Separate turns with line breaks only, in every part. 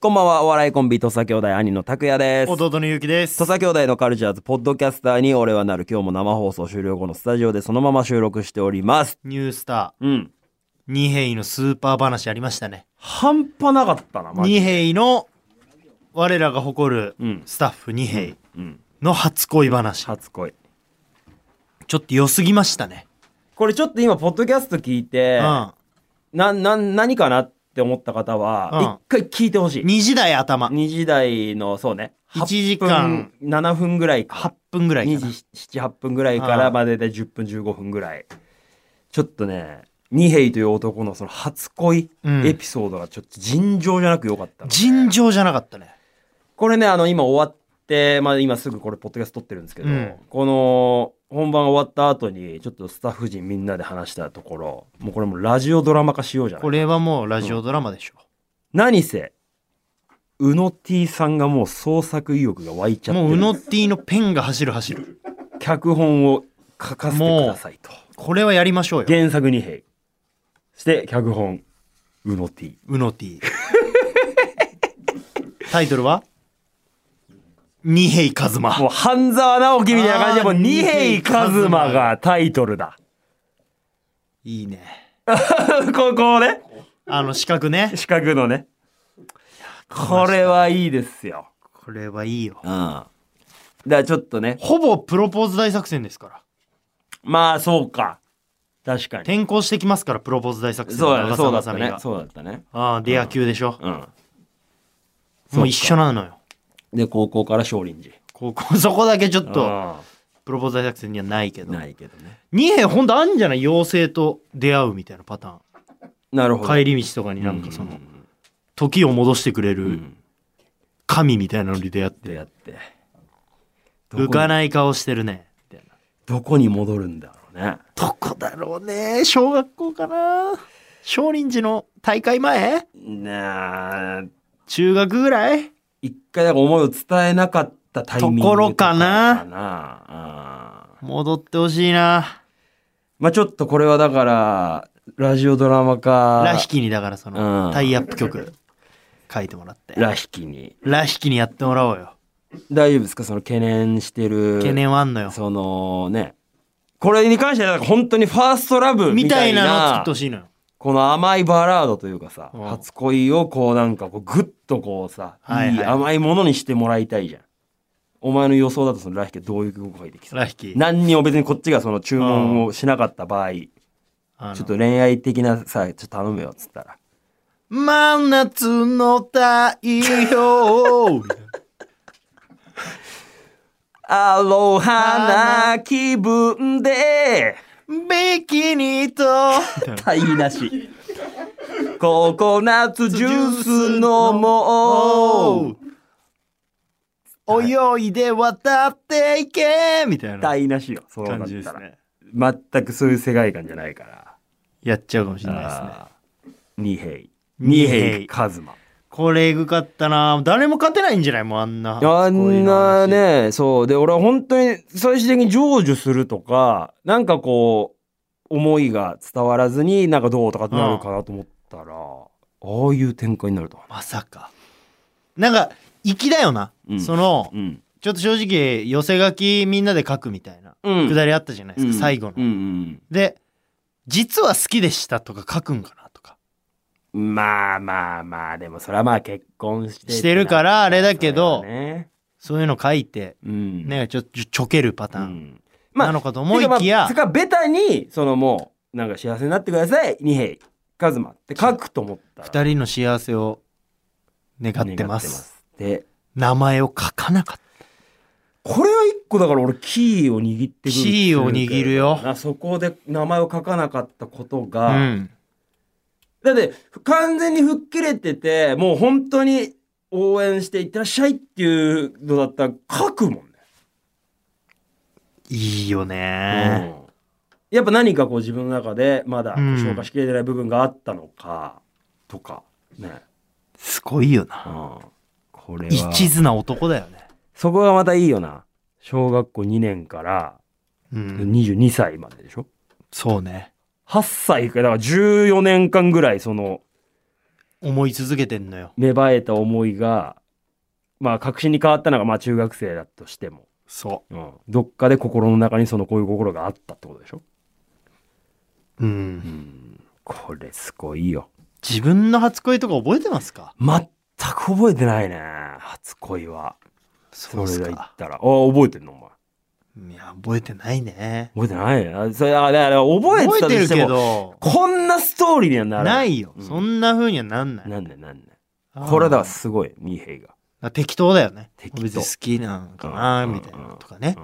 こんばんは、お笑いコンビ、土佐兄弟、兄の拓也です。
弟のゆうきです
土佐兄弟のカルチャーズ、ポッドキャスターに俺はなる。今日も生放送終了後のスタジオでそのまま収録しております。
ニュースタ
うん。
ー二平イのスーパー話ありましたね
半端なかったな、マジで。
二平イの我らが誇る
うん
スタッフ二平イ
うん。
の初恋話
初恋。
ちょっと良すぎましたね
これちょっと今、ポッドキャスト聞いて、な、な、何かなって思った方は、一回聞いてほし
うん
い。
2時台頭
2時台の、そうね。
1時間
8分7分ぐらい
8
か。
分ぐらい
2
か
時
な
7、8分ぐらいからまでで10分15分ぐらい。ちょっとね、二平という男のその初恋
うん
エピソードがちょっと尋常じゃなく良かったの、
尋常じゃなかったね
これね、あの、今終わって、まあ今すぐこれ、ポッドキャスト撮ってるんですけど、
うん
この、本番終わった後に、ちょっとスタッフ陣みんなで話したところ、もうこれもうラジオドラマ化しようじゃない
これはもうラジオドラマでしょ
何せ、うの T さんがもう創作意欲が湧いちゃって
も
る
ううのティのペンが走る走る
脚本を書かせてくださいと。
これはやりましょうよ
原作二平。して、脚本、うの T。
うのティ タイトルは二平イカズマ
もう半沢直樹みたいな感じで、もう
あー
二平一馬がタイトルだ。
いいね
ここをね、
あの四角ね
四角のね。これはいいですよ。
これはいいよ
うん。だからちょっとね、
ほぼプロポーズ大作戦ですから
まあそうか。確かに。
転校してきますからプロポーズ大作戦
そうだね、そうだ
長
った
澤まさみ
ね
が。
そうだったね。
ああで野球でしょ、
うん。
もう一緒なのよ
で、高校から少林寺。
高校 そこだけちょっと
と、
プロポーズ大作戦にはないけど
ないけどね。
二平ほんとあんじゃない妖精と出会うみたいなパターン
なるほど。
帰り道とかになんかその時を戻してくれる神みたいなのに出会って
でやって。
浮か
い。
ない顔してるねみたいな
どこに戻るんだろうね。
どこだろうね小学校かな少林寺の大会前
なあ、
中学ぐらい
一回だから思いを伝えなかったタイミング
ところかな
とかかなうん
戻ってほしいな
まあちょっとこれはだから、ラジオドラマ化。
ラヒキにだからその、
うん
タイアップ曲書いてもらって
ラヒキに。
ラヒキにやってもらおうよ
大丈夫ですかその懸念してる。
懸念はあんのよ
そのね。これに関してはだから本当にファーストラブ
み
み
た
た
い
いな。
なのを作ってほしいのよ
この甘いバラードというかさ、
うん
初恋をこうなんかこうグッとこうさ、
はい
い
はい
い甘いものにしてもらいたいじゃん。お前の予想だとそのラヒキはどういう曲が入ってきそう
ラヒキ
何にも別にこっちがその注文をしなかった場合、ち
あの
ょっと恋愛的なさ、ちょっと頼むよっつったら。
真夏の太 陽
アロハな気分で、
ビキニと
台無し。ココナッツジュース飲もう。
泳いで渡っていけみたいな
台無しよ。そうな
感
っ
じで
た
す
ら。
ね
全くそういう世界観じゃないから。
やっちゃうかもしれないですね
あー二平。
二
二
平
平一馬。
これえぐかったな誰も勝てないんじゃないもうあんな
あ
初恋
ん
の
な
話
ね、そう。で、俺は本当に最終的に成就するとか、なんかこう、思いが伝わらずに、なんかどうとかってなるかなと思ったら、ああいう展開になるとは
まさかなんか粋だよな、
うん
その
うん。
ちょっと正直寄せ書きみんなで書くみたいな
うん
くだりあったじゃないですか、最後の、
うん
で実は好きでしたとか書くんかなとか
うん。まあまあまあ、でもそれはまあ結婚して。、
してるかららあれだけど
それはね。
そういうの書いて
うん。
ねちょっとちょちょけるパタ
う
ーン
ん。まあ
なのかと思いきや、
てかまあ、てかベタに、そのもう、なんか幸せになってください、二平、カズマって書くと思ったら。
二人の幸せを願ってます
願で、
名前を書かなかった
これは一個だから俺キーを握ってくる。
キーを握るよ
なそこで名前を書かなかったこと
う
が、
ん
だって完全に吹っ切れてて、もう本当に応援していってらっしゃいっていうのだったら書くもんね。
いいよね、
うんやっぱ何かこう自分の中でまだこう
うん
消化しきれてない部分があったのか、とか、ね。
すごいよな
これ
一途な男だよね
そこがまたいいよな。小学校2年から
うん
22歳まででしょ、
そうね
8歳からだから14年間ぐらいその
思い続けてんのよ。
芽生えた思いが、まあ、確信に変わったのが、まあ、中学生だとしても、
そ
うんどっかで心の中にそのこういう心があったってことでしょ
う。うん。
これすごいよ。
自分の初恋とか覚えてますか
全く覚えてないね。初恋は。そ
っ
れ
す
が言
か。
ったら。あ、覚えてんのお前。
いや、覚えてないね。
覚えてないねあそれ、あ、だから覚えてた
覚
と
え
してて
るけ
も、
ど、
こんなストーリーにはならな。
ないいよ。
うん
そんな風にはなんない。
なんだよなんだよ。
あー
これだ、すごい、ミーヘイが。
あ適当だよね。
適当
別に好きなんかな、
うん
みたいなとかね。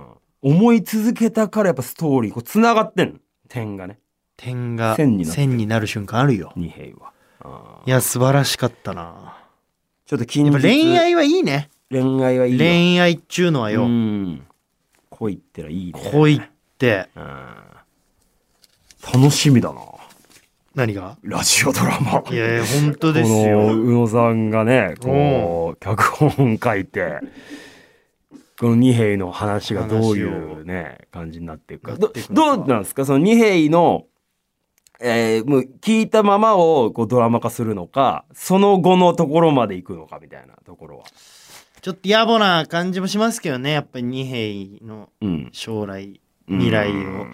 うん思い続けたからやっぱストーリー、こう、繋がってんの。点がね。
点が
線になってる
線になる瞬間あるよ。
ミーヘイは。うん
いや、素晴らしかったな。
ちょっと近
やっ
日
ぱ恋愛はいいね。
恋愛はいいよ。
恋愛っちゅうのはよ、
うん恋ってのはいいね。
恋って、
うん楽しみだな。
何が
ラジオドラマ。
いやいや、本当です
この
よ。
宇野さんがね、こう、脚本書いて、この二兵の話がどういうね、感じになっていくか。
なっ
ど
ていくのか
どうなんですかその二兵の、えーもう聞いたままをこうドラマ化するのか、その後のところまで行くのかみたいなところは。
ちょっと野暮な感じもしますけどね、やっぱり二兵の
うん。
将来、未来を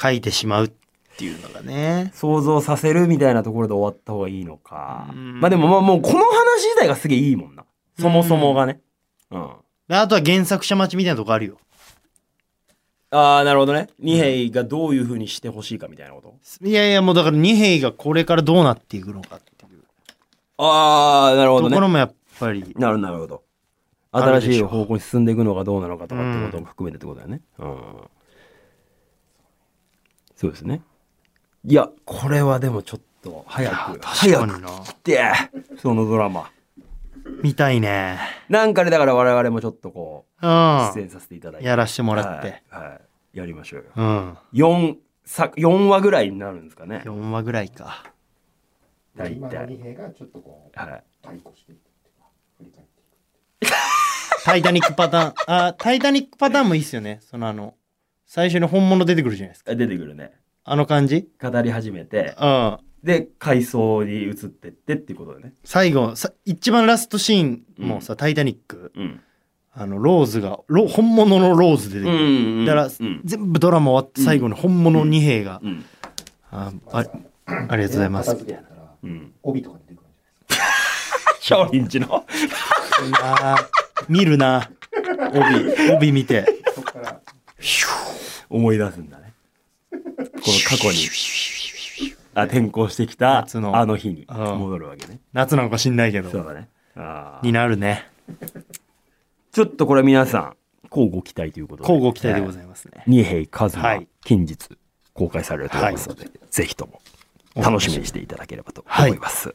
書いてしまうっていうのがね。
想像させるみたいなところで終わった方がいいのか。
うん
まあでもまあもうこの話自体がすげえいいもんな。そもそもがね。うん
であとは原作者待ちみたいなとこあるよ。
ああ、なるほどね。二兵がどういうふうにしてほしいかみたいなこと。
いやいや、もうだから二兵がこれからどうなっていくのかっていう
ああ、なるほ
ところ。もやっぱり、
なるなるほど。
ある
新
で
し
し
い
ょう
方向に進んでいくのがどうなのかとかってことも含めてってことだよね。うん。そうですね。いや、これはでもちょっと早く、
確か
早
に
く
な。
って、そのドラマ。
見たいね。
なんかで、だから我々もちょっとこう、
うん。
出演させていただいて。
やらしてもらって。
はい、はいやりましょうよ。
うん。
4作、4話ぐらいになるんですかね。
4話ぐらいか。
大
今の
体。
二兵がちょっとこう
はい。
対抗していくっていうか振り返っていく
タイタニックパターン。あ、タイタニックパターンもいいっすよね。そのあの、最初に本物出てくるじゃないですか。
あ出てくるね。
あの感じ
語り始めて、
うん。
で、階層に移ってってっていうことでね。
最後、さ一番ラストシーンもさ、タイタニック、
うん。
あの、ローズが、ロ本物のローズ出てくる。
ん
だから、
うん。
全部ドラマ終わって最後に本物2兵が、
うん。
ああありがとうございます。
片付けたら
うん。
帯とか出てくるんじゃないですか
少林寺の。
いやー見るな。帯、帯見て。
そこから
思い出すんだね。この過去に。あ、転校してきた、
夏の
あの日に
うん
戻るわけね。
夏なのか知んないけ
そう
ど。
だね。あ
に
ー
なるね。
ちょっとこれ皆さん、交互期待ということで。
交互期待でご
ます。
ざいますね。
二兵和馬、
はい
近日公開されると思いますので、ぜひとも楽しみにしていただければと思います。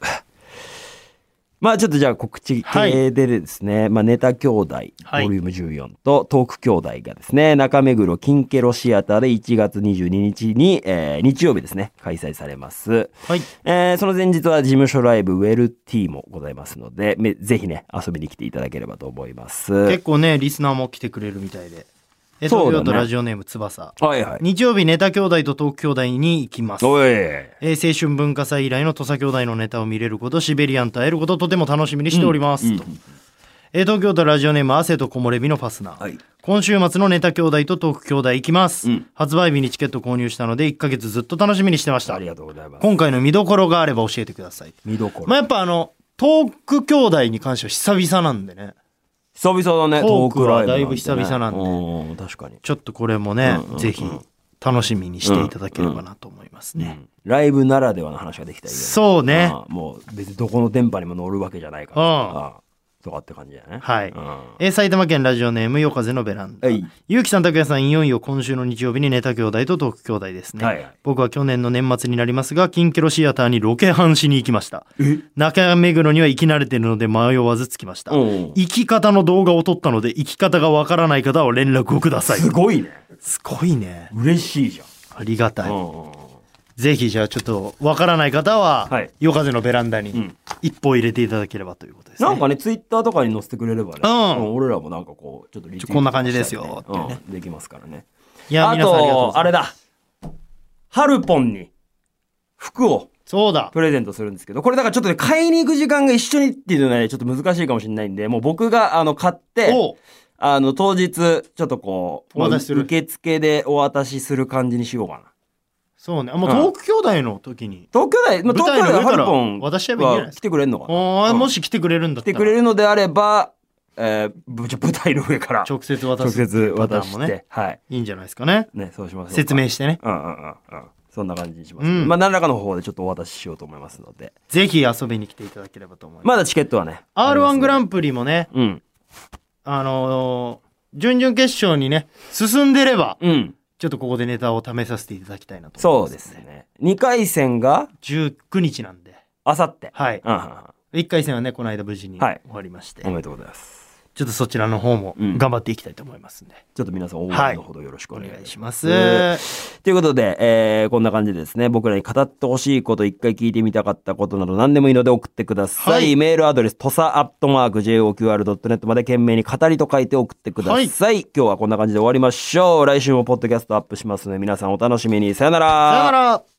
まあちょっとじゃあ告知系でですね、まあネタ兄弟、
はい
ボリューム14とトーク兄弟がですね、中目黒金ケロシアターで1月22日に、えー日曜日ですね、開催されます。
はい。
えーその前日は事務所ライブウェルティもございますので、めぜひね、遊びに来ていただければと思います。
結構ね、リスナーも来てくれるみたいで。え、
そうだね
東京都ラジオネーム翼。
はいはい。
日曜日ネタ兄弟とトーク兄弟に行きます。
おい。
えー青春文化祭以来の土佐兄弟のネタを見れること、シベリアンと会えることとても楽しみにしております。とえー東京都ラジオネーム汗と木漏れ日のファスナー。
はい。
今週末のネタ兄弟とトーク兄弟行きます、
うん
発売日にチケット購入したので1ヶ月ずっと楽しみにしてました
ありがとうございます。
今回の見どころがあれば教えてください
見どころ
まあやっぱあのトーク兄弟に関しては久々なんでね
久々だね、
ト
トー
ーク
ク
は
ライブなんてね。
だいぶ久々なんで
うん確かに。
ちょっとこれもね、
うんうんうん
ぜひ楽しみにしていただければなと思いますね、
ライブならではの話ができたらいいよね。
そうね
ああもう別にどこの電波にも乗るわけじゃないから。
うん
ああとかって感じだよね。
はい
うん
えー埼玉県ラジオネーム夜風のベランダ、
はい
ゆうきさん拓也さんいよいよ今週の日曜日にネタ兄弟とトーク兄弟ですね、
はいはい
僕は去年の年末になりますが近キロシアターにロケハンしに行きました中目黒には行き慣れてるので迷わず着きました、
うん
行き方の動画を撮ったので行き方がわからない方は連絡をください
すごいね。
すごいね
嬉しいじゃ
ありがたい、
ん。うんうんうん
ぜひじゃあちょっとわからない方は、
はい
夜風のベランダに
ん
一歩入れていただければということですね
なんかね、ツイッターとかに載せてくれればね、
うん
俺らもなんかこう、ちょっとリツイート
こんな感じですよ
したり
ってね
うんできますからね。
い
あ
や皆さんありがとうご
と、
ざ
あ
いま
れだ。ハルポンに服を
そうだ
プレゼントするんですけど、これだからちょっとね、買いに行く時間が一緒にっていうのはね、ちょっと難しいかもしれないんで、もう僕が、あの、買って、
お
あの、当日、ちょっとこう、
お渡しする
受付でお渡しする感じにしようかな。
そうねあもうトーク兄弟の時に、
東京大、まあ、
舞
東
台
京
の上
大
か
ハル
ら
ポン
渡しちゃえばいいんじゃない
は
です
来てくれるのかな
ああ
うん
もし来てくれるんだっ
来
た
て
ら
くれるのであれば、えーぶじゃあ舞台の上から
直接渡
直
す
接
パタ
渡
ーン
し
も
て、
ね
はい。
いいんじゃないですかね
ね、そうします。
説明してね
うんうんうんうん。そんな感じにします。
うん
まあ、何らかの方でちょっとお渡ししようと思いますので。
ぜひ遊びに来ていただければと思いま
ますだチケットはね。
R1 グラ
ン
ンプリもね
プリ。うん。
あのー準々決勝にね進んでれば
うん。
ちょっとここでネタを試させていただきたいなと
そ
思
う
いま
ですすね。2回戦が、
19日なんで
あさって。
はい
うんうんうん。
1回戦はねこの間無事に
は
終
い
わりまして、
おめでとうございます。
ちょっとそちらの方も
うん
頑張っていきたいと思いますんで、
ちょっと皆さん応援のほどよろしくお願
お願い
い
し
し
ま
ますす。ということで、えーこんな感じでですね、僕らに語ってほしいこと、一回聞いてみたかったことなど何でもいいので送ってください。
はい
メールアドレス、とさアットマーク JOQR.net まで懸命に語りと書いて送ってください。今日はこんな感じで終わりましょう。来週もポッドキャストアップしますので、皆さんお楽しみに。さよなら。
さよなら